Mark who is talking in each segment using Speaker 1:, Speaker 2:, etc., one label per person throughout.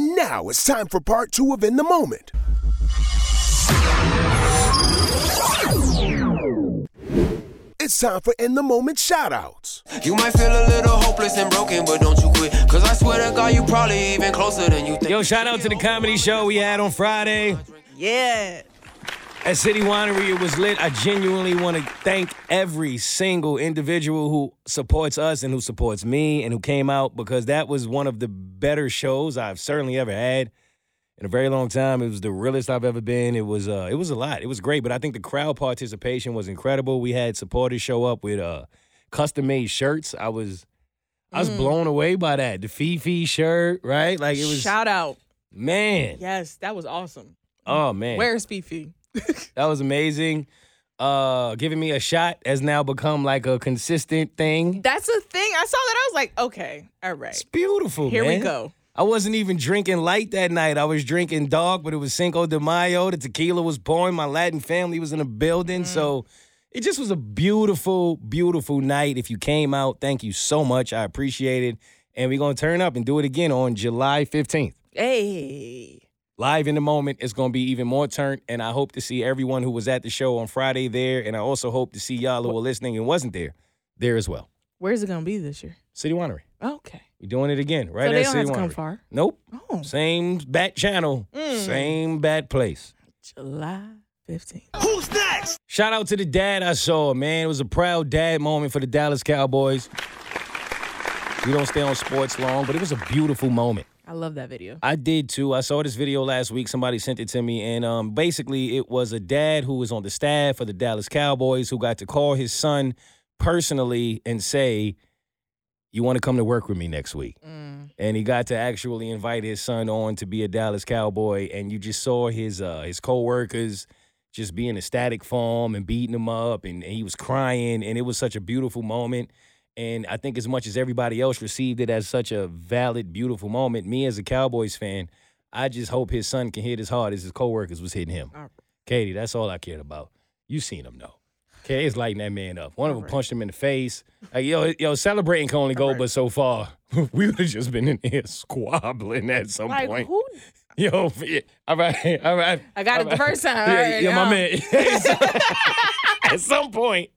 Speaker 1: Now it's time for part two of In the Moment. It's time for In the Moment shoutouts.
Speaker 2: You might feel a little hopeless and broken, but don't you quit. Cause I swear to God, you probably even closer than you think.
Speaker 3: Yo, shout out to the comedy show we had on Friday
Speaker 4: Yeah.
Speaker 3: at City Winery. It was lit. I genuinely want to thank every single individual who supports us and who supports me and who came out because that was one of the better shows I've certainly ever had in a very long time. It was the realest I've ever been. It was uh, it was a lot. It was great, but I think the crowd participation was incredible. We had supporters show up with uh, custom made shirts. I was. I was blown away by that. The Fifi shirt, right? Like it was
Speaker 4: Shout out.
Speaker 3: man.
Speaker 4: Yes, that was awesome.
Speaker 3: Oh man.
Speaker 4: Where's Fifi?
Speaker 3: That was amazing. Uh, giving me a shot has now become like a consistent thing.
Speaker 4: That's a thing. I saw that. I was like, okay, all right.
Speaker 3: It's beautiful.
Speaker 4: Here we
Speaker 3: man.
Speaker 4: go.
Speaker 3: I wasn't even drinking light that night. I was drinking dark, but it was Cinco de Mayo. The tequila was pouring. My Latin family was in the building,
Speaker 4: Mm.
Speaker 3: so it just was a beautiful, beautiful night. If you came out, thank you so much. I appreciate it. And we're gonna turn up and do it again on July fifteenth.
Speaker 4: Hey.
Speaker 3: live in the moment. It's going to be even more turned, and I hope to see everyone who was at the show on Friday there, and I also hope to see y'all who were listening and wasn't there there as well.
Speaker 4: Where's it gonna be this year?
Speaker 3: City Winery,
Speaker 4: Okay.
Speaker 3: we're doing it again right
Speaker 4: so they
Speaker 3: at
Speaker 4: don't
Speaker 3: City
Speaker 4: have to
Speaker 3: Winery.
Speaker 4: come far. Mm.
Speaker 3: Nope,
Speaker 4: Oh,
Speaker 3: same bat channel, same bat place.
Speaker 4: July 15th.
Speaker 3: Shout out to the dad I saw, man. It was a proud dad moment for the Dallas Cowboys. We don't stay on sports long, but it was a beautiful moment.
Speaker 4: I love that video.
Speaker 3: I did too. I saw this video last week. Somebody sent it to me, and um, basically, it was a dad who was on the staff for the Dallas Cowboys who got to call his son personally and say, "You want to come to work with me next week?"
Speaker 4: Mm.
Speaker 3: And he got to actually invite his son on to be a Dallas Cowboy, and you just saw his uh, his coworkers just being ecstatic for him and beating him up, and, and he was crying, and it was such a beautiful moment. And I think as much as everybody else received it as such a valid, beautiful moment, me as a Cowboys fan, I just hope his son can hit as hard as his coworkers was hitting him.
Speaker 4: All right.
Speaker 3: Katie, that's all I cared about. You seen him though. Okay, they was lighting that man up. One of
Speaker 4: All
Speaker 3: them
Speaker 4: right.
Speaker 3: punched him in the face. Like, yo, yo, celebrating can only go
Speaker 4: All right.
Speaker 3: but so far. we would have just been in here squabbling at some
Speaker 4: Like
Speaker 3: point.
Speaker 4: who?
Speaker 3: Yo, yeah. all right, all right.
Speaker 4: I got it the first time. All
Speaker 3: Yeah,
Speaker 4: right,
Speaker 3: yeah, my
Speaker 4: now.
Speaker 3: man. At some point,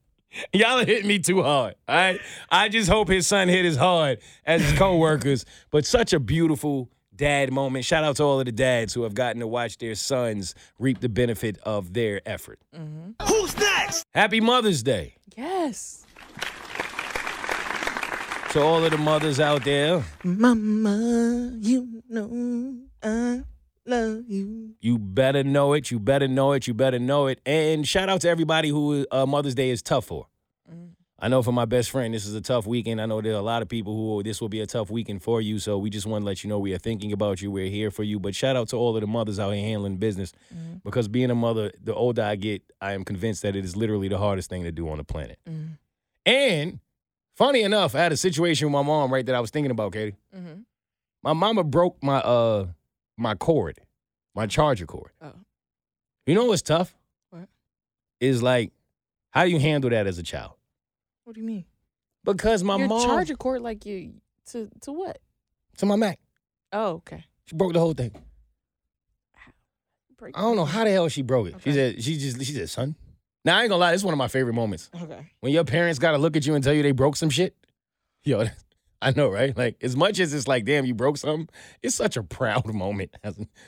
Speaker 3: y'all hit me too hard. All right. I just hope his son hit as hard as his coworkers. but such a beautiful dad moment. Shout out to all of the dads who have gotten to watch their sons reap the benefit of their effort.
Speaker 4: Mm-hmm.
Speaker 3: Who's next? Happy Mother's Day
Speaker 4: Yes.
Speaker 3: to all of the mothers out there.
Speaker 4: Mama, you know I love you.
Speaker 3: You better know it. You better know it. You better know it. And shout out to everybody who uh, Mother's Day is tough for. I know for my best friend, this is a tough weekend. I know there are a lot of people who oh, this will be a tough weekend for you. So we just want to let you know we are thinking about you. We're here for you. But shout out to all of the mothers out here handling business
Speaker 4: Mm-hmm.
Speaker 3: because being a mother, the older I get, I am convinced that it is literally the hardest thing to do on the planet.
Speaker 4: Mhm.
Speaker 3: And funny enough, I had a situation with my mom, right, that I was thinking about, Katie.
Speaker 4: Mm-hmm.
Speaker 3: My mama broke my uh my cord, my charger cord.
Speaker 4: Oh.
Speaker 3: You know what's tough?
Speaker 4: What?
Speaker 3: Is like, how do you handle that as a child?
Speaker 4: What do you mean?
Speaker 3: Because my
Speaker 4: Your
Speaker 3: mom
Speaker 4: charger cord like you to to what?
Speaker 3: to my Mac,
Speaker 4: Oh, okay.
Speaker 3: she broke the whole thing.
Speaker 4: Break
Speaker 3: I don't know how the hell she broke it. She
Speaker 4: Okay.
Speaker 3: said, she just she said, son. Now I ain't gonna lie, this is one of my favorite moments.
Speaker 4: Okay.
Speaker 3: When your parents gotta look at you and tell you they broke some shit. Yo, I know, right? Like as much as it's like, damn, you broke something, it's such a proud moment.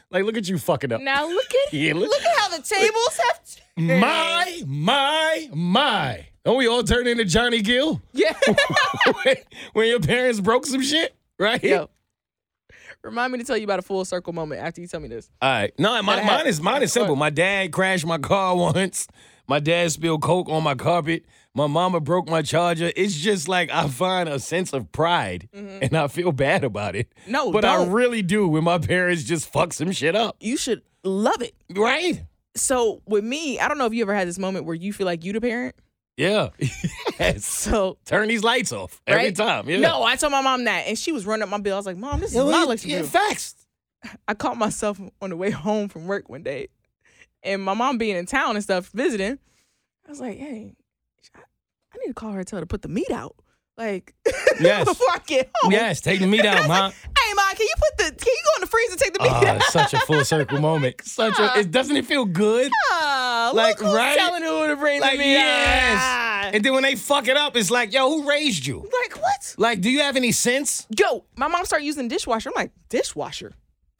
Speaker 3: Like, look at you fucking up.
Speaker 4: Now look at
Speaker 3: Yeah, look-
Speaker 4: look, at how the tables have turned.
Speaker 3: My, my, my. Don't we all turn into Johnny Gill?
Speaker 4: Yeah.
Speaker 3: when, when your parents broke some shit, right?
Speaker 4: Yo. Remind me to tell you about a full circle moment after you tell me this.
Speaker 3: All right. No, my,
Speaker 4: Gotta
Speaker 3: mine
Speaker 4: have-
Speaker 3: is mine is simple. My dad crashed my car once. My dad spilled coke on my carpet. My mama broke my charger. It's just like I find a sense of pride, and I feel bad about it.
Speaker 4: Mm-hmm. No,
Speaker 3: but I
Speaker 4: don't.
Speaker 3: really do when my parents just fuck some shit up,
Speaker 4: You should love it.
Speaker 3: right?
Speaker 4: So with me, I don't know if you ever had this moment where you feel like you the parent.
Speaker 3: Yeah. yes.
Speaker 4: So
Speaker 3: Turn these lights off every
Speaker 4: Right?
Speaker 3: time. Yeah.
Speaker 4: no, I told my mom that, and she was running up my bill. I was like, "Mom, this is my electric
Speaker 3: yeah,
Speaker 4: bill."
Speaker 3: facts.
Speaker 4: I caught myself on the way home from work one day, and my mom being in town and stuff visiting, I was like, "Hey, I, I need to call her and tell her to put the meat out, like
Speaker 3: Yes.
Speaker 4: before I get home."
Speaker 3: Yes, take the meat out,
Speaker 4: I was
Speaker 3: mom.
Speaker 4: like, hey, mom, can you put the can you go in the freezer and take the to me.
Speaker 3: Ah, it's such a full circle moment. Such a. It, doesn't it feel good?
Speaker 4: Ah,
Speaker 3: Like,
Speaker 4: look who's
Speaker 3: right?
Speaker 4: telling who to bring
Speaker 3: Like
Speaker 4: to me.
Speaker 3: yes.
Speaker 4: Ah.
Speaker 3: And then when they fuck it up, it's like, yo, who raised you?
Speaker 4: like what?
Speaker 3: Like, do you have any sense?
Speaker 4: Yo, my mom started using dishwasher. I'm like dishwasher.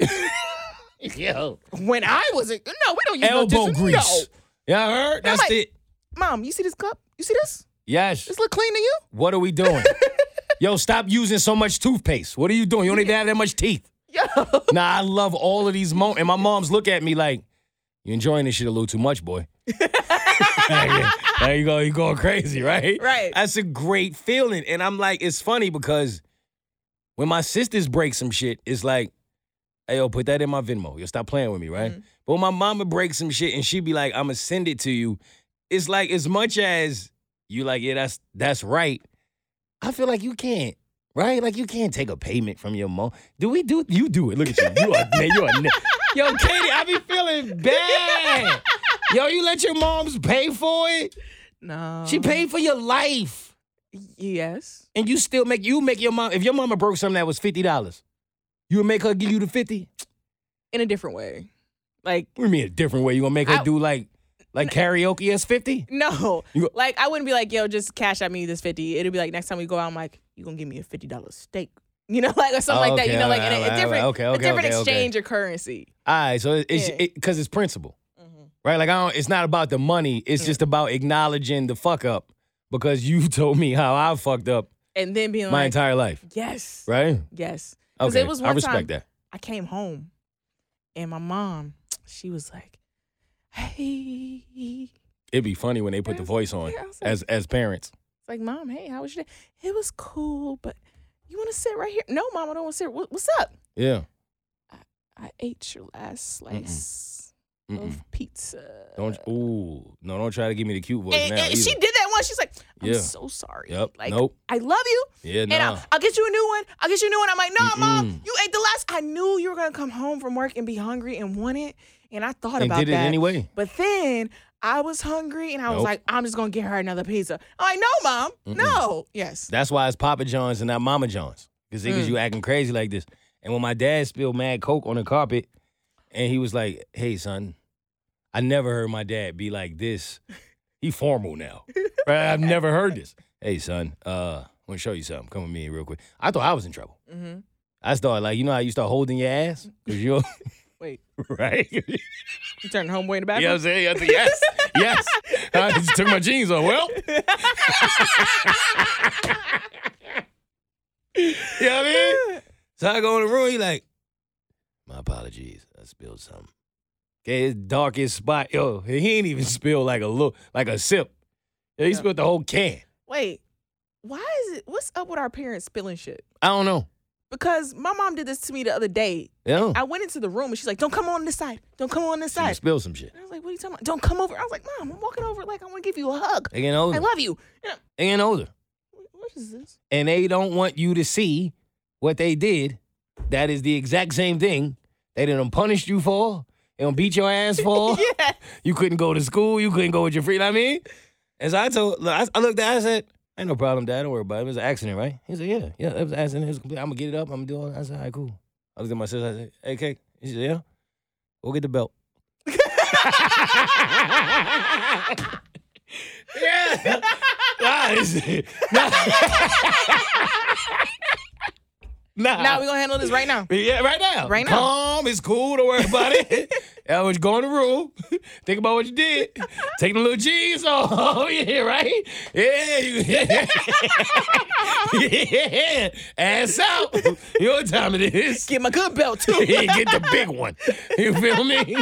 Speaker 3: Yo,
Speaker 4: When I was a no, we don't use no
Speaker 3: elbow
Speaker 4: dish-
Speaker 3: grease.
Speaker 4: No.
Speaker 3: Y'all heard? That's
Speaker 4: like-
Speaker 3: it.
Speaker 4: Mom, you see this cup? You see this?
Speaker 3: Yes.
Speaker 4: This look clean to you?
Speaker 3: What are we doing? Yo, stop using so much toothpaste. What are you doing? You don't even have that much teeth.
Speaker 4: Yo,
Speaker 3: Nah, I love all of these moments. And my mom's look at me like, you enjoying this shit a little too much, boy. there you go. you going crazy, right?
Speaker 4: Right.
Speaker 3: That's a great feeling. And I'm like, it's funny because when my sisters break some shit, it's like, hey, yo, put that in my Venmo. Yo, stop playing with me, right? But when my mama breaks some shit and she be like, I'm going to send it to you, it's like, as much as you like, yeah, that's that's right, I feel like you can't. Right? Like you can't take a payment from your mom. Do we do you do it? Look at you. You are man, you are ni- Yo, Katie, I be feeling bad. Yo, you let your moms pay for it?
Speaker 4: no.
Speaker 3: She paid for your life.
Speaker 4: Yes.
Speaker 3: And you still make you make your mom if your mama broke something that was fifty dollars, you would make her give you the fifty?
Speaker 4: In a different way. Like
Speaker 3: What do you mean a different way? You gonna make her
Speaker 4: I-
Speaker 3: do like like karaoke as fifty?
Speaker 4: no.
Speaker 3: You go-
Speaker 4: like I wouldn't be like, yo, just cash at me this 50. It'll be like next time we go out, I'm like, you gonna give me a fifty dollar steak. You know, like or something like that.
Speaker 3: Okay,
Speaker 4: You know, like
Speaker 3: alright,
Speaker 4: in a, a
Speaker 3: alright,
Speaker 4: different
Speaker 3: okay,
Speaker 4: a
Speaker 3: okay,
Speaker 4: different
Speaker 3: okay, okay.
Speaker 4: exchange of currency.
Speaker 3: Alright, so it's
Speaker 4: Yeah.
Speaker 3: it, cause it's principle.
Speaker 4: Mhm.
Speaker 3: right? Like I don't, it's not about the money. It's just about acknowledging the fuck up because you told me how I fucked up
Speaker 4: And then being
Speaker 3: my
Speaker 4: like
Speaker 3: entire life,
Speaker 4: Yes.
Speaker 3: right?
Speaker 4: Yes. 'Cause
Speaker 3: Okay,
Speaker 4: it was
Speaker 3: I
Speaker 4: one
Speaker 3: respect
Speaker 4: time-
Speaker 3: that.
Speaker 4: I came home and my mom, she was like, Hey. It's
Speaker 3: It'd be funny when they put the
Speaker 4: Yeah,
Speaker 3: voice on
Speaker 4: yeah, I was like-
Speaker 3: as as parents.
Speaker 4: like, Mom, hey, how was your day? It was cool, but you wanna sit right here? No, mom, I don't wanna sit. What, what's up?
Speaker 3: Yeah,
Speaker 4: I ate your last slice
Speaker 3: Mm-mm.
Speaker 4: of pizza.
Speaker 3: don't. Ooh, no, don't try to give me the cute voice
Speaker 4: and,
Speaker 3: now.
Speaker 4: and she
Speaker 3: either.
Speaker 4: did that once. She's like, I'm
Speaker 3: Yeah.
Speaker 4: so sorry.
Speaker 3: Yep.
Speaker 4: Like,
Speaker 3: nope.
Speaker 4: I love you.
Speaker 3: Yeah.
Speaker 4: And
Speaker 3: Nah.
Speaker 4: I'll, I'll get you a new one. I'll get you a new one. I'm like, no, mom,
Speaker 3: Mm-mm.
Speaker 4: you ate the last. I knew you were going to come home from work and be hungry and want it. And I thought
Speaker 3: And
Speaker 4: about
Speaker 3: did it
Speaker 4: that.
Speaker 3: anyway.
Speaker 4: But then I was hungry and I was
Speaker 3: Nope.
Speaker 4: like, I'm just going to get her another pizza. I'm like, no, mom. No. Yes.
Speaker 3: That's why it's Papa John's and not Mama John's. Because niggas, you acting crazy like this. And when my dad spilled mad coke on the carpet, and he was like, "Hey, son," I never heard my dad be like this. He formal now, right? I've never heard this. Hey, son, uh, I want to show you something. Come with me real quick. I thought I was in trouble.
Speaker 4: hmm
Speaker 3: I started like, you know how you start holding your ass because you're
Speaker 4: Wait,
Speaker 3: right. you
Speaker 4: you turned homeboy in the
Speaker 3: know what I'm
Speaker 4: bathroom?
Speaker 3: saying? I said, yes, yes. I just took my jeans off. Well. You know what I mean? So I go in the room, he like, my apologies, I spilled something. Okay, his darkest spot, yo, he ain't even spilled like a look, like a sip. Yo, he
Speaker 4: Yeah.
Speaker 3: spilled the whole can.
Speaker 4: Wait, why is it? What's up with our parents spilling shit?
Speaker 3: I don't know.
Speaker 4: Because my mom did this to me the other day.
Speaker 3: Yeah,
Speaker 4: I went into the room and she's like, don't come on this side. Don't come on this
Speaker 3: she
Speaker 4: side.
Speaker 3: spilled some shit.
Speaker 4: And I was like, what are you talking about? Don't come over. I was like, Mom, I'm walking over. Like, I want to give you a hug.
Speaker 3: They getting
Speaker 4: I
Speaker 3: older.
Speaker 4: love you. And I'm,
Speaker 3: they getting older,
Speaker 4: "What- what is this?
Speaker 3: and they don't want you to see what they did. That is the exact same thing they done punished you for. They done beat your ass for.
Speaker 4: Yeah.
Speaker 3: You couldn't go to school. You couldn't go with your friend. I mean, as I told, I I looked at, it, I said, "Ain't no problem, Dad. Don't worry about it. It was an accident, right?" He said, "Yeah, yeah, it was an accident. It was complete. I'm gonna get it up. I'm gonna do all." That. I said, "All right, cool." I looked at my sister. I said, "Hey, cake." She said, "Yeah, go get the belt." yeah. Nah, it's- nah. nah.
Speaker 4: Now we're going to handle this right now.
Speaker 3: Yeah, right now.
Speaker 4: Right now.
Speaker 3: Calm, it's cool, don't worry about it. I was going to the room. Think about what you did. Take the little jeans off. Oh, yeah, right? Yeah, you, yeah. Ass out. You know what time it is.
Speaker 4: Get my good belt, too.
Speaker 3: Yeah, get the big one. You feel me?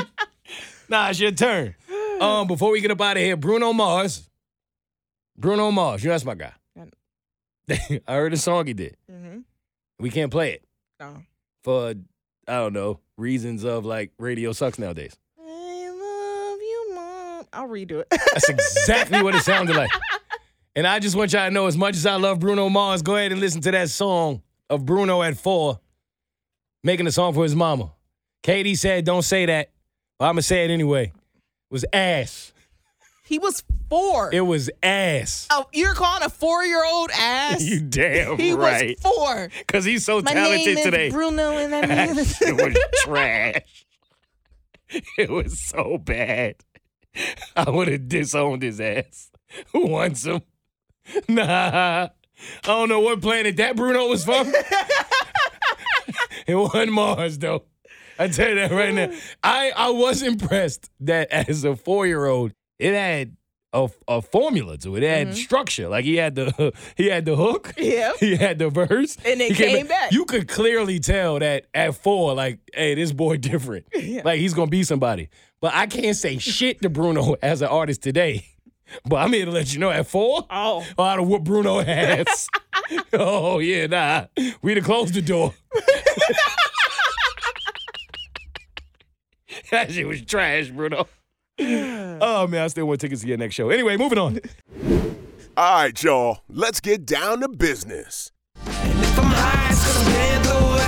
Speaker 3: Nah, it's your turn. Um, before we get up out of here, Bruno Mars. Bruno Mars, you know that's my guy. I heard a song he did.
Speaker 4: mm-hmm.
Speaker 3: We can't play it
Speaker 4: No.
Speaker 3: for I don't know reasons of like radio sucks nowadays.
Speaker 4: I love you, Mom. I'll redo it.
Speaker 3: That's exactly what it sounded like. And I just want y'all to know, as much as I love Bruno Mars, go ahead and listen to that song of Bruno at four, making a song for his mama. Katie said, "Don't say that," but I'ma say it anyway. It was ass.
Speaker 4: He was four.
Speaker 3: It was ass.
Speaker 4: Oh, you're calling a four year old ass?
Speaker 3: You damn
Speaker 4: he
Speaker 3: right.
Speaker 4: was four.
Speaker 3: Because he's so
Speaker 4: My
Speaker 3: talented
Speaker 4: name
Speaker 3: today.
Speaker 4: is Bruno, and I mean,
Speaker 3: it was trash. It was so bad. I would have disowned his ass. Who wants him? Nah. I don't know what planet that Bruno was from. it wasn't Mars, though. I tell you that right now. I, I was impressed that as a four year old, it had a, a formula to it. It had structure. Like he had the he had the hook.
Speaker 4: Yeah.
Speaker 3: He had the verse.
Speaker 4: And it
Speaker 3: He
Speaker 4: came back.
Speaker 3: You could clearly tell that at four, like, hey, this boy different. Like he's gonna be somebody. But I can't say shit to Bruno as an artist today. But I'm here to let you know at four,
Speaker 4: Oh.
Speaker 3: I done whoop Bruno ass. oh yeah, nah. We'd have closed the door. that shit was trash, Bruno. oh man, I still want tickets to your next show. Anyway, moving on.
Speaker 1: All right, y'all, let's get down to business.
Speaker 2: If I'm high, it's cause I'm paying through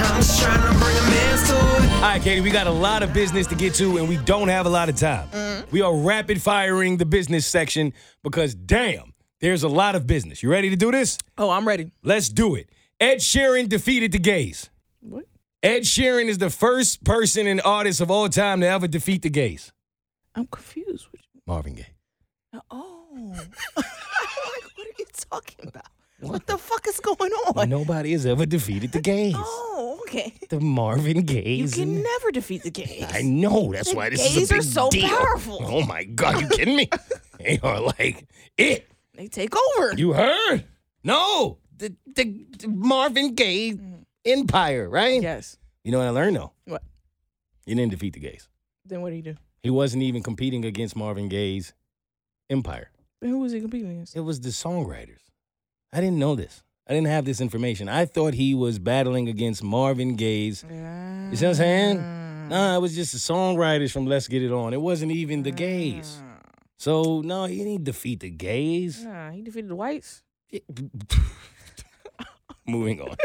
Speaker 2: it. I'm just trying to bring a man's to it.
Speaker 3: All right, Katie, we got a lot of business to get to, and we don't have a lot of time.
Speaker 4: Mm-hmm.
Speaker 3: We are rapid firing the business section because, damn, there's a lot of business. You ready to do this?
Speaker 4: oh, I'm ready.
Speaker 3: Let's do it. Ed Sheeran defeated the gays.
Speaker 4: What?
Speaker 3: Ed Sheeran is the first person and artist of all time to ever defeat the gays.
Speaker 4: I'm confused. What
Speaker 3: Marvin Gaye.
Speaker 4: you- Oh. I'm like, what are you talking about? What the fuck is going on?
Speaker 3: Nobody has ever defeated the gays.
Speaker 4: Oh, okay.
Speaker 3: The Marvin
Speaker 4: You
Speaker 3: Gays.
Speaker 4: can
Speaker 3: and-
Speaker 4: never defeat the gays.
Speaker 3: I know. That's
Speaker 4: The
Speaker 3: why this is
Speaker 4: gays
Speaker 3: a
Speaker 4: are
Speaker 3: big
Speaker 4: so
Speaker 3: deal.
Speaker 4: powerful.
Speaker 3: Oh my God, you kidding me? they are like it.
Speaker 4: They take over.
Speaker 3: You heard? No, the, the, the Marvin Gaye empire, right?
Speaker 4: yes.
Speaker 3: You know what I learned though?
Speaker 4: What?
Speaker 3: You didn't defeat the gays.
Speaker 4: Then what do you do?
Speaker 3: He wasn't even competing against Marvin Gaye's empire.
Speaker 4: Then who was he competing against?
Speaker 3: It was the songwriters. I didn't know this. I didn't have this information. I thought he was battling against Marvin Gaye's.
Speaker 4: Yeah.
Speaker 3: You see what I'm saying? Nah, it was just the songwriters from Let's Get It On. It wasn't even the gays. So no, he didn't defeat the gays.
Speaker 4: Nah, he defeated the whites.
Speaker 3: Moving on.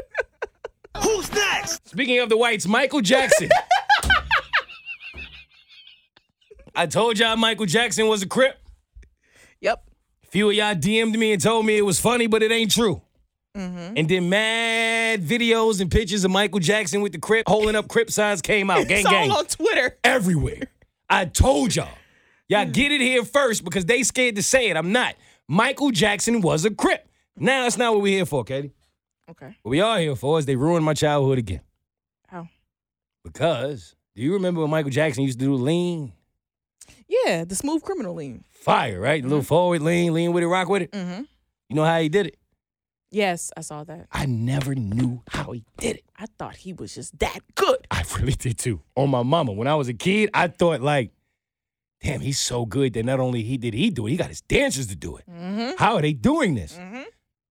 Speaker 3: Who's next? Speaking of the whites, Michael Jackson. I told y'all Michael Jackson was a crip.
Speaker 4: Yep.
Speaker 3: Few of y'all DM'd me and told me it was funny, but it ain't true.
Speaker 4: Mm-hmm.
Speaker 3: And then mad videos and pictures of Michael Jackson with the crip holding up crip signs came out. Gang
Speaker 4: it's
Speaker 3: gang
Speaker 4: all on Twitter.
Speaker 3: everywhere. I told y'all. Y'all
Speaker 4: Mm.
Speaker 3: get it here first because they scared to say it. I'm not. Michael Jackson was a crip. Now that's not what we're here for, Katie.
Speaker 4: Okay.
Speaker 3: What we are here for is they ruined my childhood again.
Speaker 4: How?
Speaker 3: Because do you remember when Michael Jackson used to do lean?
Speaker 4: Yeah, the smooth criminal lean.
Speaker 3: Fire, right? A little forward lean, lean with it, rock with it.
Speaker 4: Mm-hmm.
Speaker 3: You know how he did it?
Speaker 4: Yes, I saw that.
Speaker 3: I never knew how he did it.
Speaker 4: I thought he was just that good.
Speaker 3: I really did too. On my mama. When I was a kid, I thought like, damn, he's so good that not only he did he do it, he got his dancers to do it.
Speaker 4: Mm-hmm.
Speaker 3: How are they doing this?
Speaker 4: Mhm.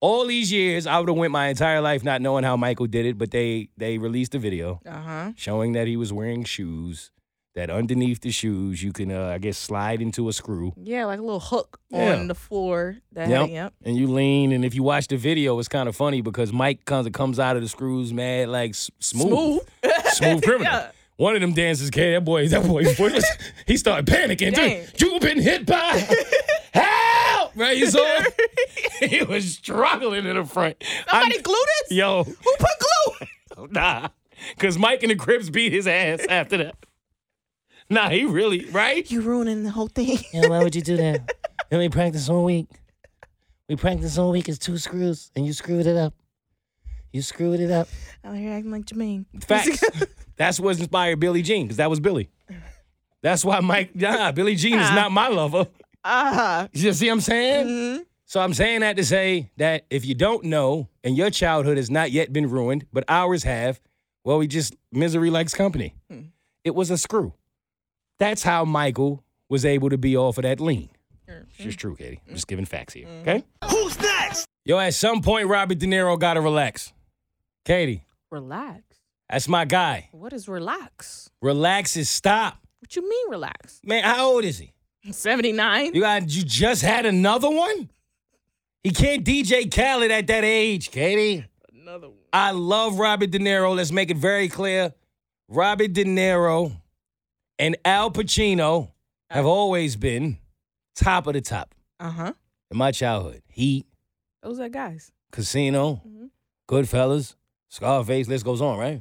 Speaker 3: All these years, I would have went my entire life not knowing how Michael did it, but they they released a video
Speaker 4: Uh huh.
Speaker 3: showing that he was wearing shoes. That underneath the shoes, you can uh, I guess slide into a screw
Speaker 4: Yeah, like a little hook
Speaker 3: Yeah.
Speaker 4: on the floor. That
Speaker 3: Yep.
Speaker 4: had- yep.
Speaker 3: and you lean. And if you watch the video, it's kind of funny because Mike comes comes out of the screws mad like s- smooth, smooth, criminal.
Speaker 4: Yeah.
Speaker 3: One of them dances, okay, that boy, that boy, boy was- he started panicking.
Speaker 4: Dang.
Speaker 3: Dude, you've been hit by help, right? You saw him? he was struggling in the front.
Speaker 4: Somebody
Speaker 3: I-
Speaker 4: glue this?
Speaker 3: Yo,
Speaker 4: Who put glue?
Speaker 3: nah, because Mike and the Crips beat his ass after that. Nah, he really, right?
Speaker 4: You ruining the whole thing.
Speaker 3: Yeah, why would you do that? Then we practice all week. We practice all week as two screws, and you screwed it up. You screwed it up.
Speaker 4: Out here acting like Jermaine.
Speaker 3: Facts. That's what inspired Billie Jean, because that was Billy. That's why Mike, nah, Billie Jean is not my lover.
Speaker 4: Ah.
Speaker 3: You see what I'm saying? So I'm saying that to say that if you don't know and your childhood has not yet been ruined, but ours have, well, we just misery likes company. It was a screw. That's how Michael was able to be off of that lean. It's just true, Katie. I'm just giving facts here. Okay? Who's next? Yo, at some point, Robert De Niro gotta relax. Katie,
Speaker 4: Relax.
Speaker 3: that's my guy.
Speaker 4: What is relax?
Speaker 3: Relax is stop.
Speaker 4: What you mean relax?
Speaker 3: Man, how old is he?
Speaker 4: 79?
Speaker 3: You got you just had another one? He can't DJ Khaled at that age, Katie.
Speaker 4: Another one.
Speaker 3: I love Robert De Niro. Let's make it very clear. Robert De Niro and Al Pacino have always been top of the top
Speaker 4: Uh huh.
Speaker 3: in my childhood. Heat,
Speaker 4: Those are guys.
Speaker 3: Casino,
Speaker 4: Mhm.
Speaker 3: Goodfellas, Scarface. List goes on, right?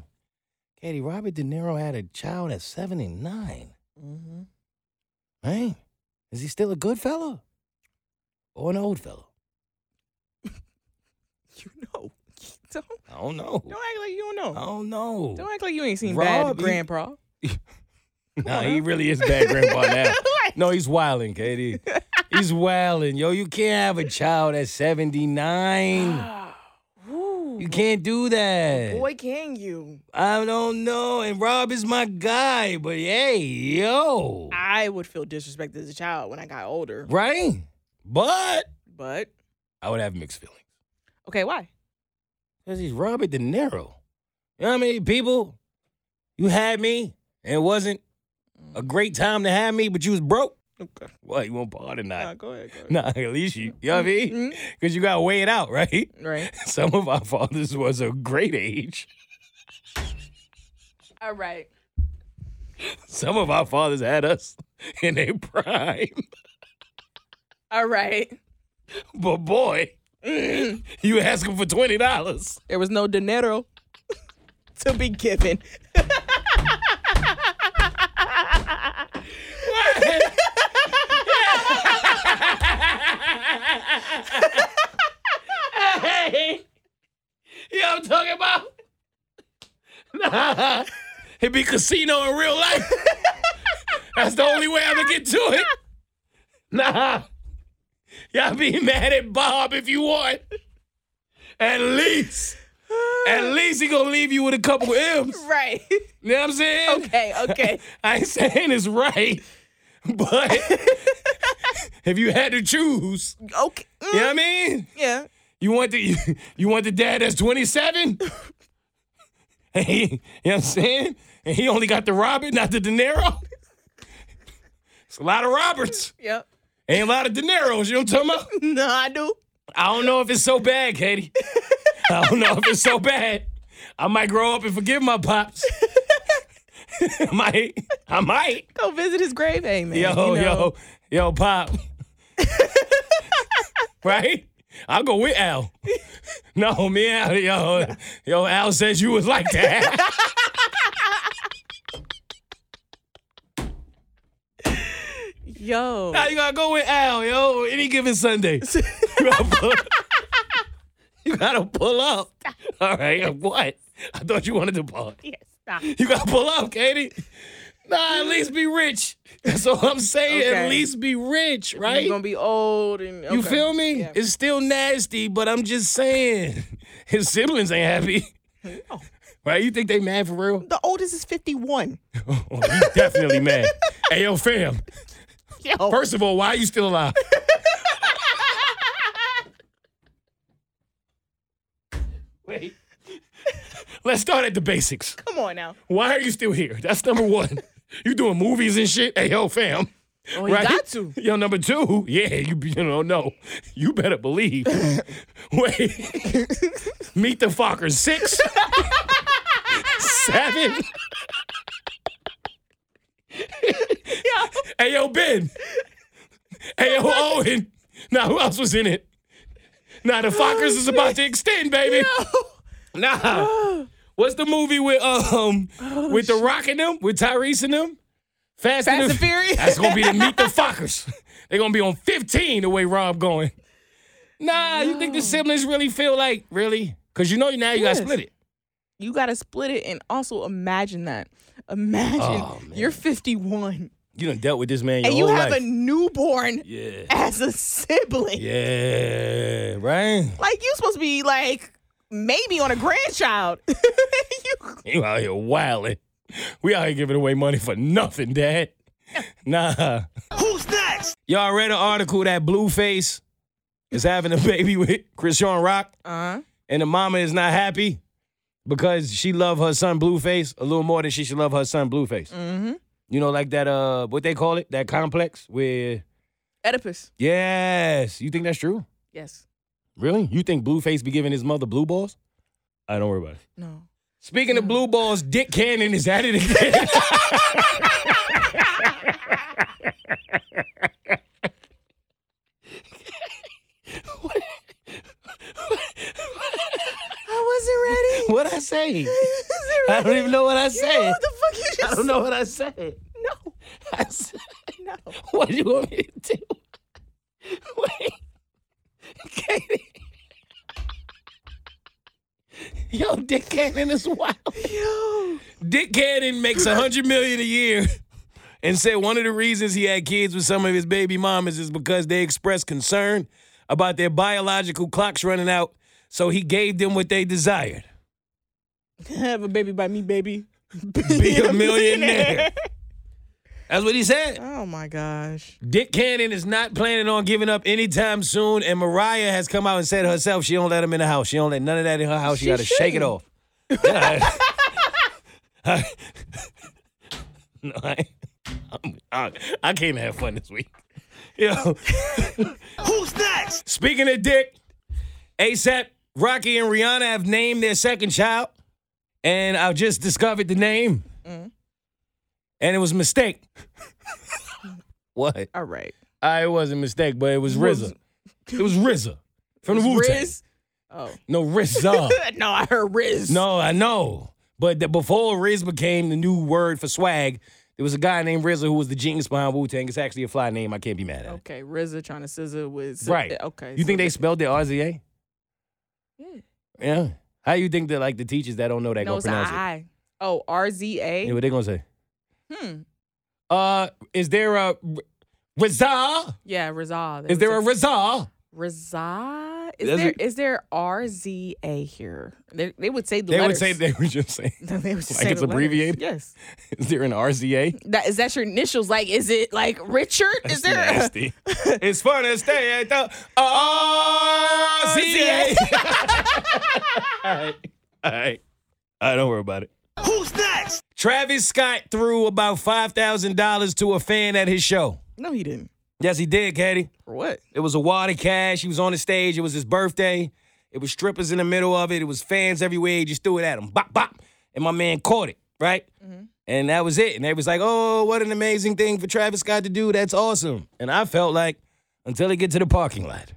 Speaker 3: Katie, Robert De Niro had a child at seventy nine.
Speaker 4: Mm-hmm.
Speaker 3: Man, is he still a good fella or an old fella?
Speaker 4: You know. don't
Speaker 3: I don't know.
Speaker 4: don't act like you don't know.
Speaker 3: I don't know.
Speaker 4: Don't act like you ain't seen
Speaker 3: Oh. Rob,
Speaker 4: bad
Speaker 3: he-
Speaker 4: grandpa.
Speaker 3: Nah, he really is bad grandpa now. No, he's wilding, Katie. He's wilding, yo. You can't have a child at seventy nine.
Speaker 4: Ooh,
Speaker 3: You can't do that.
Speaker 4: Oh, boy, can you?
Speaker 3: I don't know. And Rob is my guy, but hey, yo.
Speaker 4: I would feel disrespected as a child when I got older.
Speaker 3: Right? But
Speaker 4: But
Speaker 3: I would have mixed feelings.
Speaker 4: okay, why?
Speaker 3: Because he's Robert De Niro. You know how many people you had me and it wasn't a great time to have me, but you was broke?
Speaker 4: Okay.
Speaker 3: Well, you won't part or
Speaker 4: Nah,
Speaker 3: not.
Speaker 4: Uh, go ahead. Go ahead.
Speaker 3: Nah, at least you, you know what I mean?
Speaker 4: Mhm.
Speaker 3: Because you got to weigh it out, right?
Speaker 4: Right.
Speaker 3: Some of our fathers was a great age.
Speaker 4: All right.
Speaker 3: Some of our fathers had us in their prime.
Speaker 4: All right.
Speaker 3: But boy, you ask him for twenty dollars.
Speaker 4: There was no dinero to be given.
Speaker 3: Hey, you know what I'm talking about? Nah, it be casino in real life. That's the only way I'm gonna get to it. Nah, y'all be mad at Bob if you want. At least, at least he gonna leave you with a couple M's.
Speaker 4: Right.
Speaker 3: You know what I'm saying?
Speaker 4: Okay. Okay.
Speaker 3: I ain't saying it's right, but if you had to choose,
Speaker 4: Okay. Mm,
Speaker 3: you know what I mean?
Speaker 4: yeah.
Speaker 3: You want the you, want the dad that's 27? And he, you know what I'm saying? And he only got the Robert, not the De Niro. It's a lot of Roberts.
Speaker 4: Yep.
Speaker 3: Ain't a lot of De Niros, you know what I'm talking about?
Speaker 4: No, I do.
Speaker 3: I don't know if it's so bad, Katie. I don't know if it's so bad. I might grow up and forgive my pops. I might. I might.
Speaker 4: Go visit his grave. Hey, man.
Speaker 3: Yo,
Speaker 4: you know.
Speaker 3: yo, yo, pop. right? I'll go with Al. No, me and Al, yo, yo, Al says you was like that.
Speaker 4: Yo.
Speaker 3: now you gotta go with Al, yo, any given Sunday. You gotta pull, you gotta pull up. All right, what? I thought you wanted to park.
Speaker 4: Yes, stop.
Speaker 3: You gotta pull up, Katie. Nah, at least be rich. That's all I'm saying. At
Speaker 4: Okay.
Speaker 3: least be rich, right?
Speaker 4: You're gonna be old and
Speaker 3: You
Speaker 4: okay.
Speaker 3: feel me?
Speaker 4: Yeah.
Speaker 3: It's still nasty, but I'm just saying his siblings ain't happy.
Speaker 4: Oh.
Speaker 3: Right? You think they mad for real?
Speaker 4: the oldest is 51.
Speaker 3: Oh, he's definitely mad. Hey, yo, fam.
Speaker 4: Yo.
Speaker 3: First of all, why are you still alive? Wait. Let's start at the basics.
Speaker 4: Come on now.
Speaker 3: Why are you still here? That's number one. You doing movies and shit? Hey, yo, fam.
Speaker 4: Oh, you got to.
Speaker 3: Yo, number two, yeah, you be- you know no, you better believe. Wait, meet the Fockers six, seven. Hey yo, Ben. Hey yo, Owen. Now who else was in it? Now the Fockers is about to extend, baby. Nah. What's the movie with um with the Rock and them with Tyrese and them? Fast,
Speaker 4: Oh, Fast
Speaker 3: the-
Speaker 4: and Furious.
Speaker 3: That's gonna be the meet the fuckers. They're gonna be on 15 the way Rob going. Nah, you think the siblings really feel like really? Cause you know now you
Speaker 4: Yes.
Speaker 3: gotta split it.
Speaker 4: You gotta split it and also imagine that. Imagine
Speaker 3: Oh, man.
Speaker 4: you're 51
Speaker 3: You done dealt with this man your
Speaker 4: and you
Speaker 3: whole
Speaker 4: have
Speaker 3: life.
Speaker 4: a newborn
Speaker 3: yeah.
Speaker 4: as a sibling.
Speaker 3: Yeah, right?
Speaker 4: Like you supposed to be like maybe on a grandchild. You-
Speaker 3: You out here wildin'. We out here giving away money for nothing, Dad. Nah. Who's next? Y'all read an article that Blueface is having a baby with Krishan Rock,
Speaker 4: uh-huh.
Speaker 3: and the mama is not happy because she love her son Blueface a little more than she should love her son Blueface.
Speaker 4: Mm-hmm.
Speaker 3: You know, like that uh, what they call it, that complex where.
Speaker 4: Oedipus.
Speaker 3: Yes, you think that's true?
Speaker 4: Yes.
Speaker 3: Really? You think Blueface be giving his mother blue balls? I don't worry about it.
Speaker 4: No.
Speaker 3: Speaking of blue balls, Dick Cannon is at it again.
Speaker 5: saying? I
Speaker 4: I
Speaker 5: don't even know what I
Speaker 4: You know
Speaker 5: said.
Speaker 4: what the fuck you just
Speaker 5: I don't know what I said.
Speaker 4: No,
Speaker 5: I said
Speaker 4: no.
Speaker 5: what do you want me to do? Wait. Katie. Yo, Dick Cannon is wild.
Speaker 4: Yo.
Speaker 3: Dick Cannon makes a hundred million a year and said one of the reasons he had kids with some of his baby mamas is because they expressed concern about their biological clocks running out, so he gave them what they desired.
Speaker 4: Have a baby by me, baby.
Speaker 3: Be a millionaire. That's what he said.
Speaker 4: Oh my gosh.
Speaker 3: Dick Cannon is not planning on giving up anytime soon, and Mariah has come out and said herself she don't let him in the house. She don't let none of that in her house. She,
Speaker 4: She
Speaker 3: gotta shake it off.
Speaker 4: shouldn't.
Speaker 3: Yeah. no, I, I'm- I, I can't have fun this week. Yo, who's next? Speaking of Dick, ASAP Rocky and Rihanna have named their second child, and I've just discovered the name,
Speaker 4: Mm.
Speaker 3: and it was a mistake. what?
Speaker 4: All right.
Speaker 3: I Ah, it wasn't a mistake, but it was RZA. It was RZA from the Wu Tang.
Speaker 4: Riz. Oh.
Speaker 3: No, RZA.
Speaker 4: no, I heard Riz.
Speaker 3: no, I know. But the, before Riz became the new word for swag, there was a guy named RZA who was the genius behind Wu Tang. It's actually a fly name. I can't be mad at it.
Speaker 4: Okay, RZA trying to scissor with
Speaker 3: Right.
Speaker 4: Okay.
Speaker 3: You think they spelled it RZA?
Speaker 4: Yeah.
Speaker 3: Yeah. How you think that like the teachers that don't know that
Speaker 4: No,
Speaker 3: gonna
Speaker 4: it's
Speaker 3: pronounce it?
Speaker 4: I. Oh, R Z
Speaker 3: Yeah,
Speaker 4: A.
Speaker 3: what they gonna say?
Speaker 4: Hmm.
Speaker 3: Uh, is there a R- RZA?
Speaker 4: Yeah, Rizal.
Speaker 3: Is there a RZA?
Speaker 4: Rizal? Is
Speaker 3: That's
Speaker 4: there
Speaker 3: a-
Speaker 4: is there R Z A here? They, they would say the
Speaker 3: They would
Speaker 4: letters.
Speaker 3: say they would just say.
Speaker 4: they would just
Speaker 3: like
Speaker 4: say
Speaker 3: it's
Speaker 4: the letters.
Speaker 3: abbreviated?
Speaker 4: Yes.
Speaker 3: Is there an RZA?
Speaker 4: That is that your initials? Like, is it like Richard? is there? a-
Speaker 3: nasty. it's fun to stay at the RCA. All right. All right. All right, don't worry about it. Who's next? Travis Scott threw about $5,000 to a fan at his show.
Speaker 4: No, he didn't.
Speaker 3: Yes, he did, Katie.
Speaker 4: For what?
Speaker 3: It was a wad of cash. He was on the stage. It was his birthday. It was strippers in the middle of it. It was fans everywhere. He just threw it at him. Bop, bop. And my man caught it, right?
Speaker 4: Mm-hmm.
Speaker 3: And that was it. And they was like, oh, what an amazing thing for Travis Scott to do. That's awesome. And I felt like, until he get to the parking lot,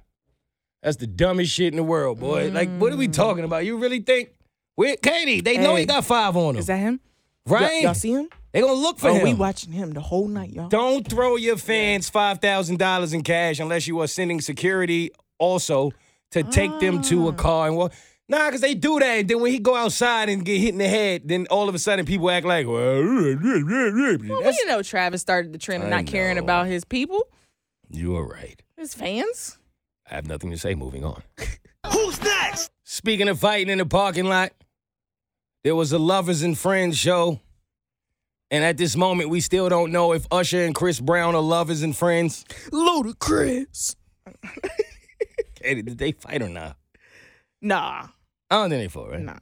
Speaker 3: that's the dumbest shit in the world, boy. Like, what are we talking about? You really think? We're, Katie, they know
Speaker 4: Mm. Hey.
Speaker 3: he got five on him,
Speaker 4: Is that him? Y'all-
Speaker 3: Oh. right?
Speaker 4: Y'all see him?
Speaker 3: they gonna look for
Speaker 4: Oh,
Speaker 3: him.
Speaker 4: we watching him the whole night, y'all.
Speaker 3: Don't throw your fans five thousand dollars in cash unless you are sending security also to take them to a car and walk. Nah, cause they do that. Then when he go outside and get hit in the head, then all of a sudden people act like, well,
Speaker 4: Well,
Speaker 3: that's-
Speaker 4: you know, Travis started the trend of
Speaker 3: I
Speaker 4: not caring
Speaker 3: know.
Speaker 4: about his people,
Speaker 3: you are right.
Speaker 4: his fans.
Speaker 3: I have nothing to say. Moving on. Who's next? Speaking of fighting in the parking lot, there was a lovers and friends show, and at this moment we still don't know if Usher and Chris Brown are lovers and friends.
Speaker 4: Ludacris.
Speaker 3: Hey, did they fight or not?
Speaker 4: Nah,
Speaker 3: I don't think they fought, right?
Speaker 4: nah.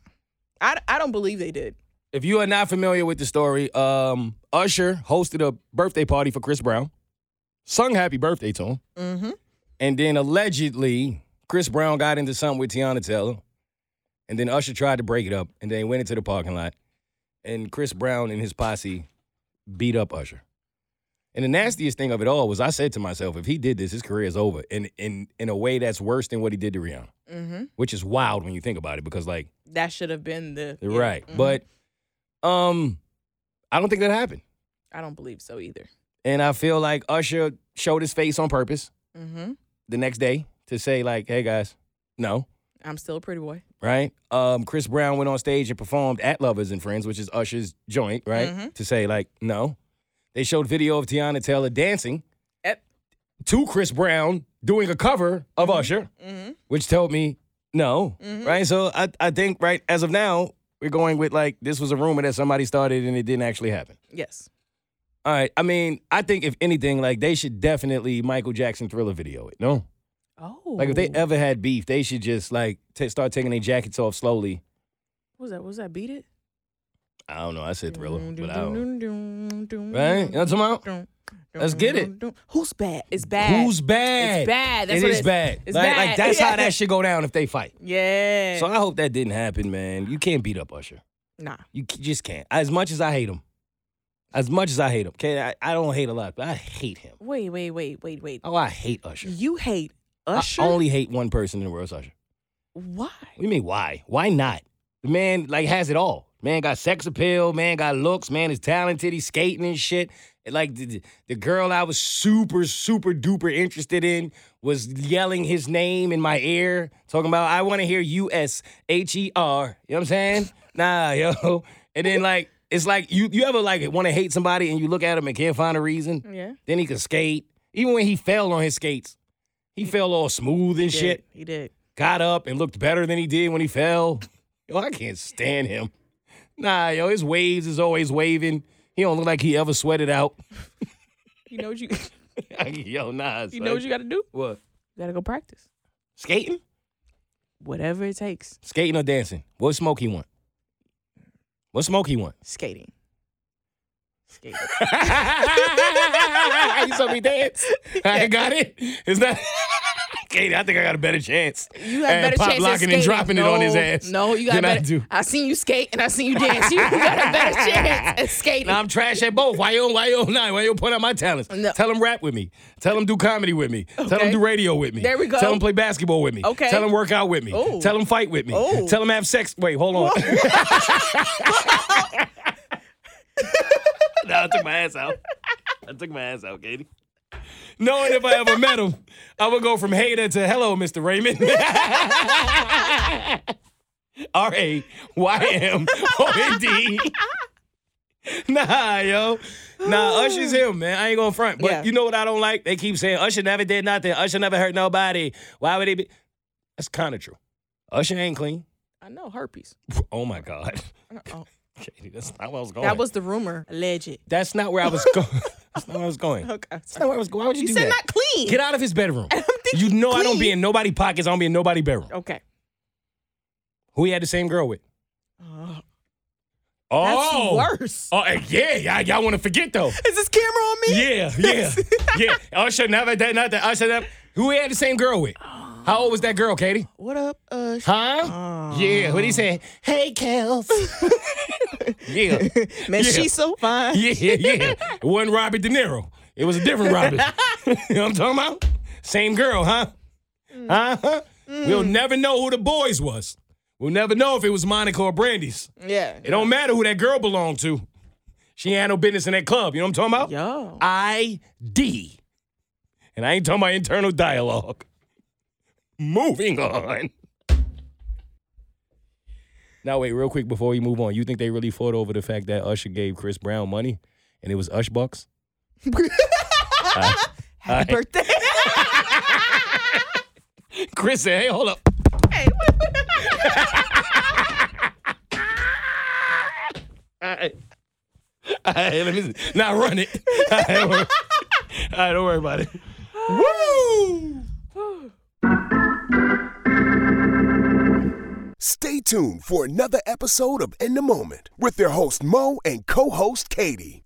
Speaker 4: I, I don't believe they did.
Speaker 3: If you are not familiar with the story, um, Usher hosted a birthday party for Chris Brown, sung happy birthday to him,
Speaker 4: Mm-hmm.
Speaker 3: and then allegedly Chris Brown got into something with Tiana Taylor, and then Usher tried to break it up, and they went into the parking lot, and Chris Brown and his posse beat up Usher. And the nastiest thing of it all was I said to myself, if he did this, his career is over, and in in a way that's worse than what he did to Rihanna,
Speaker 4: Mm-hmm.
Speaker 3: which is wild when you think about it, because like
Speaker 4: That should have been the yeah,
Speaker 3: right,
Speaker 4: mhm.
Speaker 3: but um, I don't think that happened.
Speaker 4: I don't believe so either.
Speaker 3: And I feel like Usher showed his face on purpose
Speaker 4: Mm-hmm.
Speaker 3: the next day to say, like, hey guys, no,
Speaker 4: I'm still a pretty boy.
Speaker 3: right? Um, Chris Brown went on stage and performed at Lovers and Friends, which is Usher's joint, right?
Speaker 4: Mhm.
Speaker 3: To say, like, no. They showed video of Tiana Taylor dancing
Speaker 4: Yep.
Speaker 3: to Chris Brown doing a cover of Usher,
Speaker 4: Mm-hmm.
Speaker 3: which told me no,
Speaker 4: Mhm.
Speaker 3: right? So I, I think, right, as of now, we're going with like, this was a rumor that somebody started and it didn't actually happen.
Speaker 4: Yes.
Speaker 3: All right. I mean, I think if anything, like they should definitely Michael Jackson thriller video it. No,
Speaker 4: Oh.
Speaker 3: like if they ever had beef, they should just like t- start taking their jackets off slowly.
Speaker 4: what was that? What was that? Beat it.
Speaker 3: I don't know. I said thriller,
Speaker 4: Mm-hmm.
Speaker 3: but I don't.
Speaker 4: don't.
Speaker 3: Right? You know what I'm talking
Speaker 4: about?
Speaker 3: Let's get it.
Speaker 4: Who's bad? It's bad.
Speaker 3: Who's bad?
Speaker 4: It's bad. That's
Speaker 3: It
Speaker 4: what
Speaker 3: is
Speaker 4: it is.
Speaker 3: bad.
Speaker 4: It's
Speaker 3: like,
Speaker 4: bad.
Speaker 3: like that's how
Speaker 4: Yeah.
Speaker 3: that should go down if they fight.
Speaker 4: Yeah.
Speaker 3: So I hope that didn't happen, man. You can't beat up Usher.
Speaker 4: nah.
Speaker 3: You c- just can't. As much as I hate him, as much as I hate him. Okay, I, I don't hate a lot, but I hate him.
Speaker 4: Wait, wait, wait, wait, wait.
Speaker 3: Oh, I hate Usher.
Speaker 4: You hate
Speaker 3: I
Speaker 4: Usher?
Speaker 3: only hate one person in the world, it's Usher.
Speaker 4: Why?
Speaker 3: What do you mean why? Why not? The man like has it all. Man got sex appeal. Man got looks. Man is talented. He's skating and shit. And, Like the, the- the girl I was super super duper interested in was yelling his name in my ear, talking about I want to hear U S H E R. You know what I'm saying? Nah, yo. And then like it's like you you ever like want to hate somebody and you look at him and can't find a reason.
Speaker 4: Yeah.
Speaker 3: Then he could skate. Even when he fell on his skates, he fell all smooth and
Speaker 4: He
Speaker 3: shit
Speaker 4: did. He did.
Speaker 3: got up and looked better than he did when he fell. Yo, I can't stand him. Nah, yo, his waves is always waving. He don't look like he ever sweated out.
Speaker 4: You know what you
Speaker 3: yo, nah.
Speaker 4: you
Speaker 3: son.
Speaker 4: know what you gotta do?
Speaker 3: What?
Speaker 4: You gotta go practice.
Speaker 3: Skating?
Speaker 4: Whatever it takes.
Speaker 3: Skating or dancing? What smoke he want? What smoke he want?
Speaker 4: Skating. Skating.
Speaker 3: you saw me dance. I got it. It's not. Skating, I think I got a better chance.
Speaker 4: You have
Speaker 3: at
Speaker 4: better
Speaker 3: pop
Speaker 4: chance
Speaker 3: locking
Speaker 4: at skating.
Speaker 3: and dropping it on his
Speaker 4: No,
Speaker 3: ass.
Speaker 4: No, you got a
Speaker 3: than I
Speaker 4: better. I,
Speaker 3: do.
Speaker 4: seen you skate and I seen you dance. You got a better chance at skating.
Speaker 3: Nah, I'm trash at both. Why you why you not? Why you point out my talents?
Speaker 4: No.
Speaker 3: Tell them rap with me. Tell them do comedy with me. Tell them
Speaker 4: Okay.
Speaker 3: do radio with me.
Speaker 4: There we go.
Speaker 3: Tell them play basketball with me.
Speaker 4: Okay.
Speaker 3: Tell them work out with me.
Speaker 4: Ooh.
Speaker 3: Tell them fight with me.
Speaker 4: Ooh.
Speaker 3: Tell them have sex. Wait, hold on. no, I took my ass out. I took my ass out, Katie. Knowing if I ever met him, I would go from hater to hello, Mr. Raymond. R A Y M O N D. Nah, yo. Nah, Usher's him, man. I ain't gonna front. But
Speaker 4: Yeah.
Speaker 3: you know what I don't like? They keep saying Usher never did nothing. Usher never hurt nobody. Why would he be? That's kind of true. Usher ain't clean.
Speaker 4: I know herpes.
Speaker 3: Oh my God.
Speaker 4: Oh,
Speaker 3: Katie, that's not where I was going.
Speaker 4: that was the rumor. Alleged.
Speaker 3: That's not where I was going. that's not where I was going. That's
Speaker 4: Okay. sorry.
Speaker 3: not where I was going. Why would you,
Speaker 4: You
Speaker 3: do
Speaker 4: said
Speaker 3: that?
Speaker 4: not clean.
Speaker 3: Get out of his bedroom.
Speaker 4: I'm thinking
Speaker 3: You know I don't be
Speaker 4: clean.
Speaker 3: in nobody pockets. I don't be in nobody bedroom.
Speaker 4: Okay.
Speaker 3: Who he had the same girl with?
Speaker 4: Oh, that's
Speaker 3: Oh,
Speaker 4: worse.
Speaker 3: Oh, eh, yeah. Y'all, y'all want to forget though.
Speaker 4: Is this camera on me?
Speaker 3: Yeah, yeah, yeah. Usher never that not that Usher never. Who he had the same girl with? How old was that girl, Katie?
Speaker 4: What up, uh? sh-
Speaker 3: Huh? Yeah. What he say? Hey, Kels. yeah.
Speaker 4: Man,
Speaker 3: Yeah.
Speaker 4: she's so fine.
Speaker 3: Yeah, yeah, yeah. It wasn't Robert De Niro. It was a different Robert. you know what I'm talking about? Same girl, huh?
Speaker 4: Mm.
Speaker 3: Uh huh. We'll never know who the boys was. We'll never know if it was Monica or Brandy's.
Speaker 4: Yeah.
Speaker 3: It don't matter who that girl belonged to. She ain't had no business in that club. You know what I'm talking about?
Speaker 4: Yo.
Speaker 3: ID. And I ain't talking about internal dialogue. Moving on. Now wait, real quick before we move on, you think they really fought over the fact that Usher gave Chris Brown money and it was Ush bucks?
Speaker 4: Happy birthday.
Speaker 3: Chris said, "Hey, hold up."
Speaker 4: Hey, what-
Speaker 3: All right, let me now run it. All right, don't worry, All right, don't worry about it. Woo!
Speaker 1: Stay tuned for another episode of In the Moment with their host Mo and co-host Katie.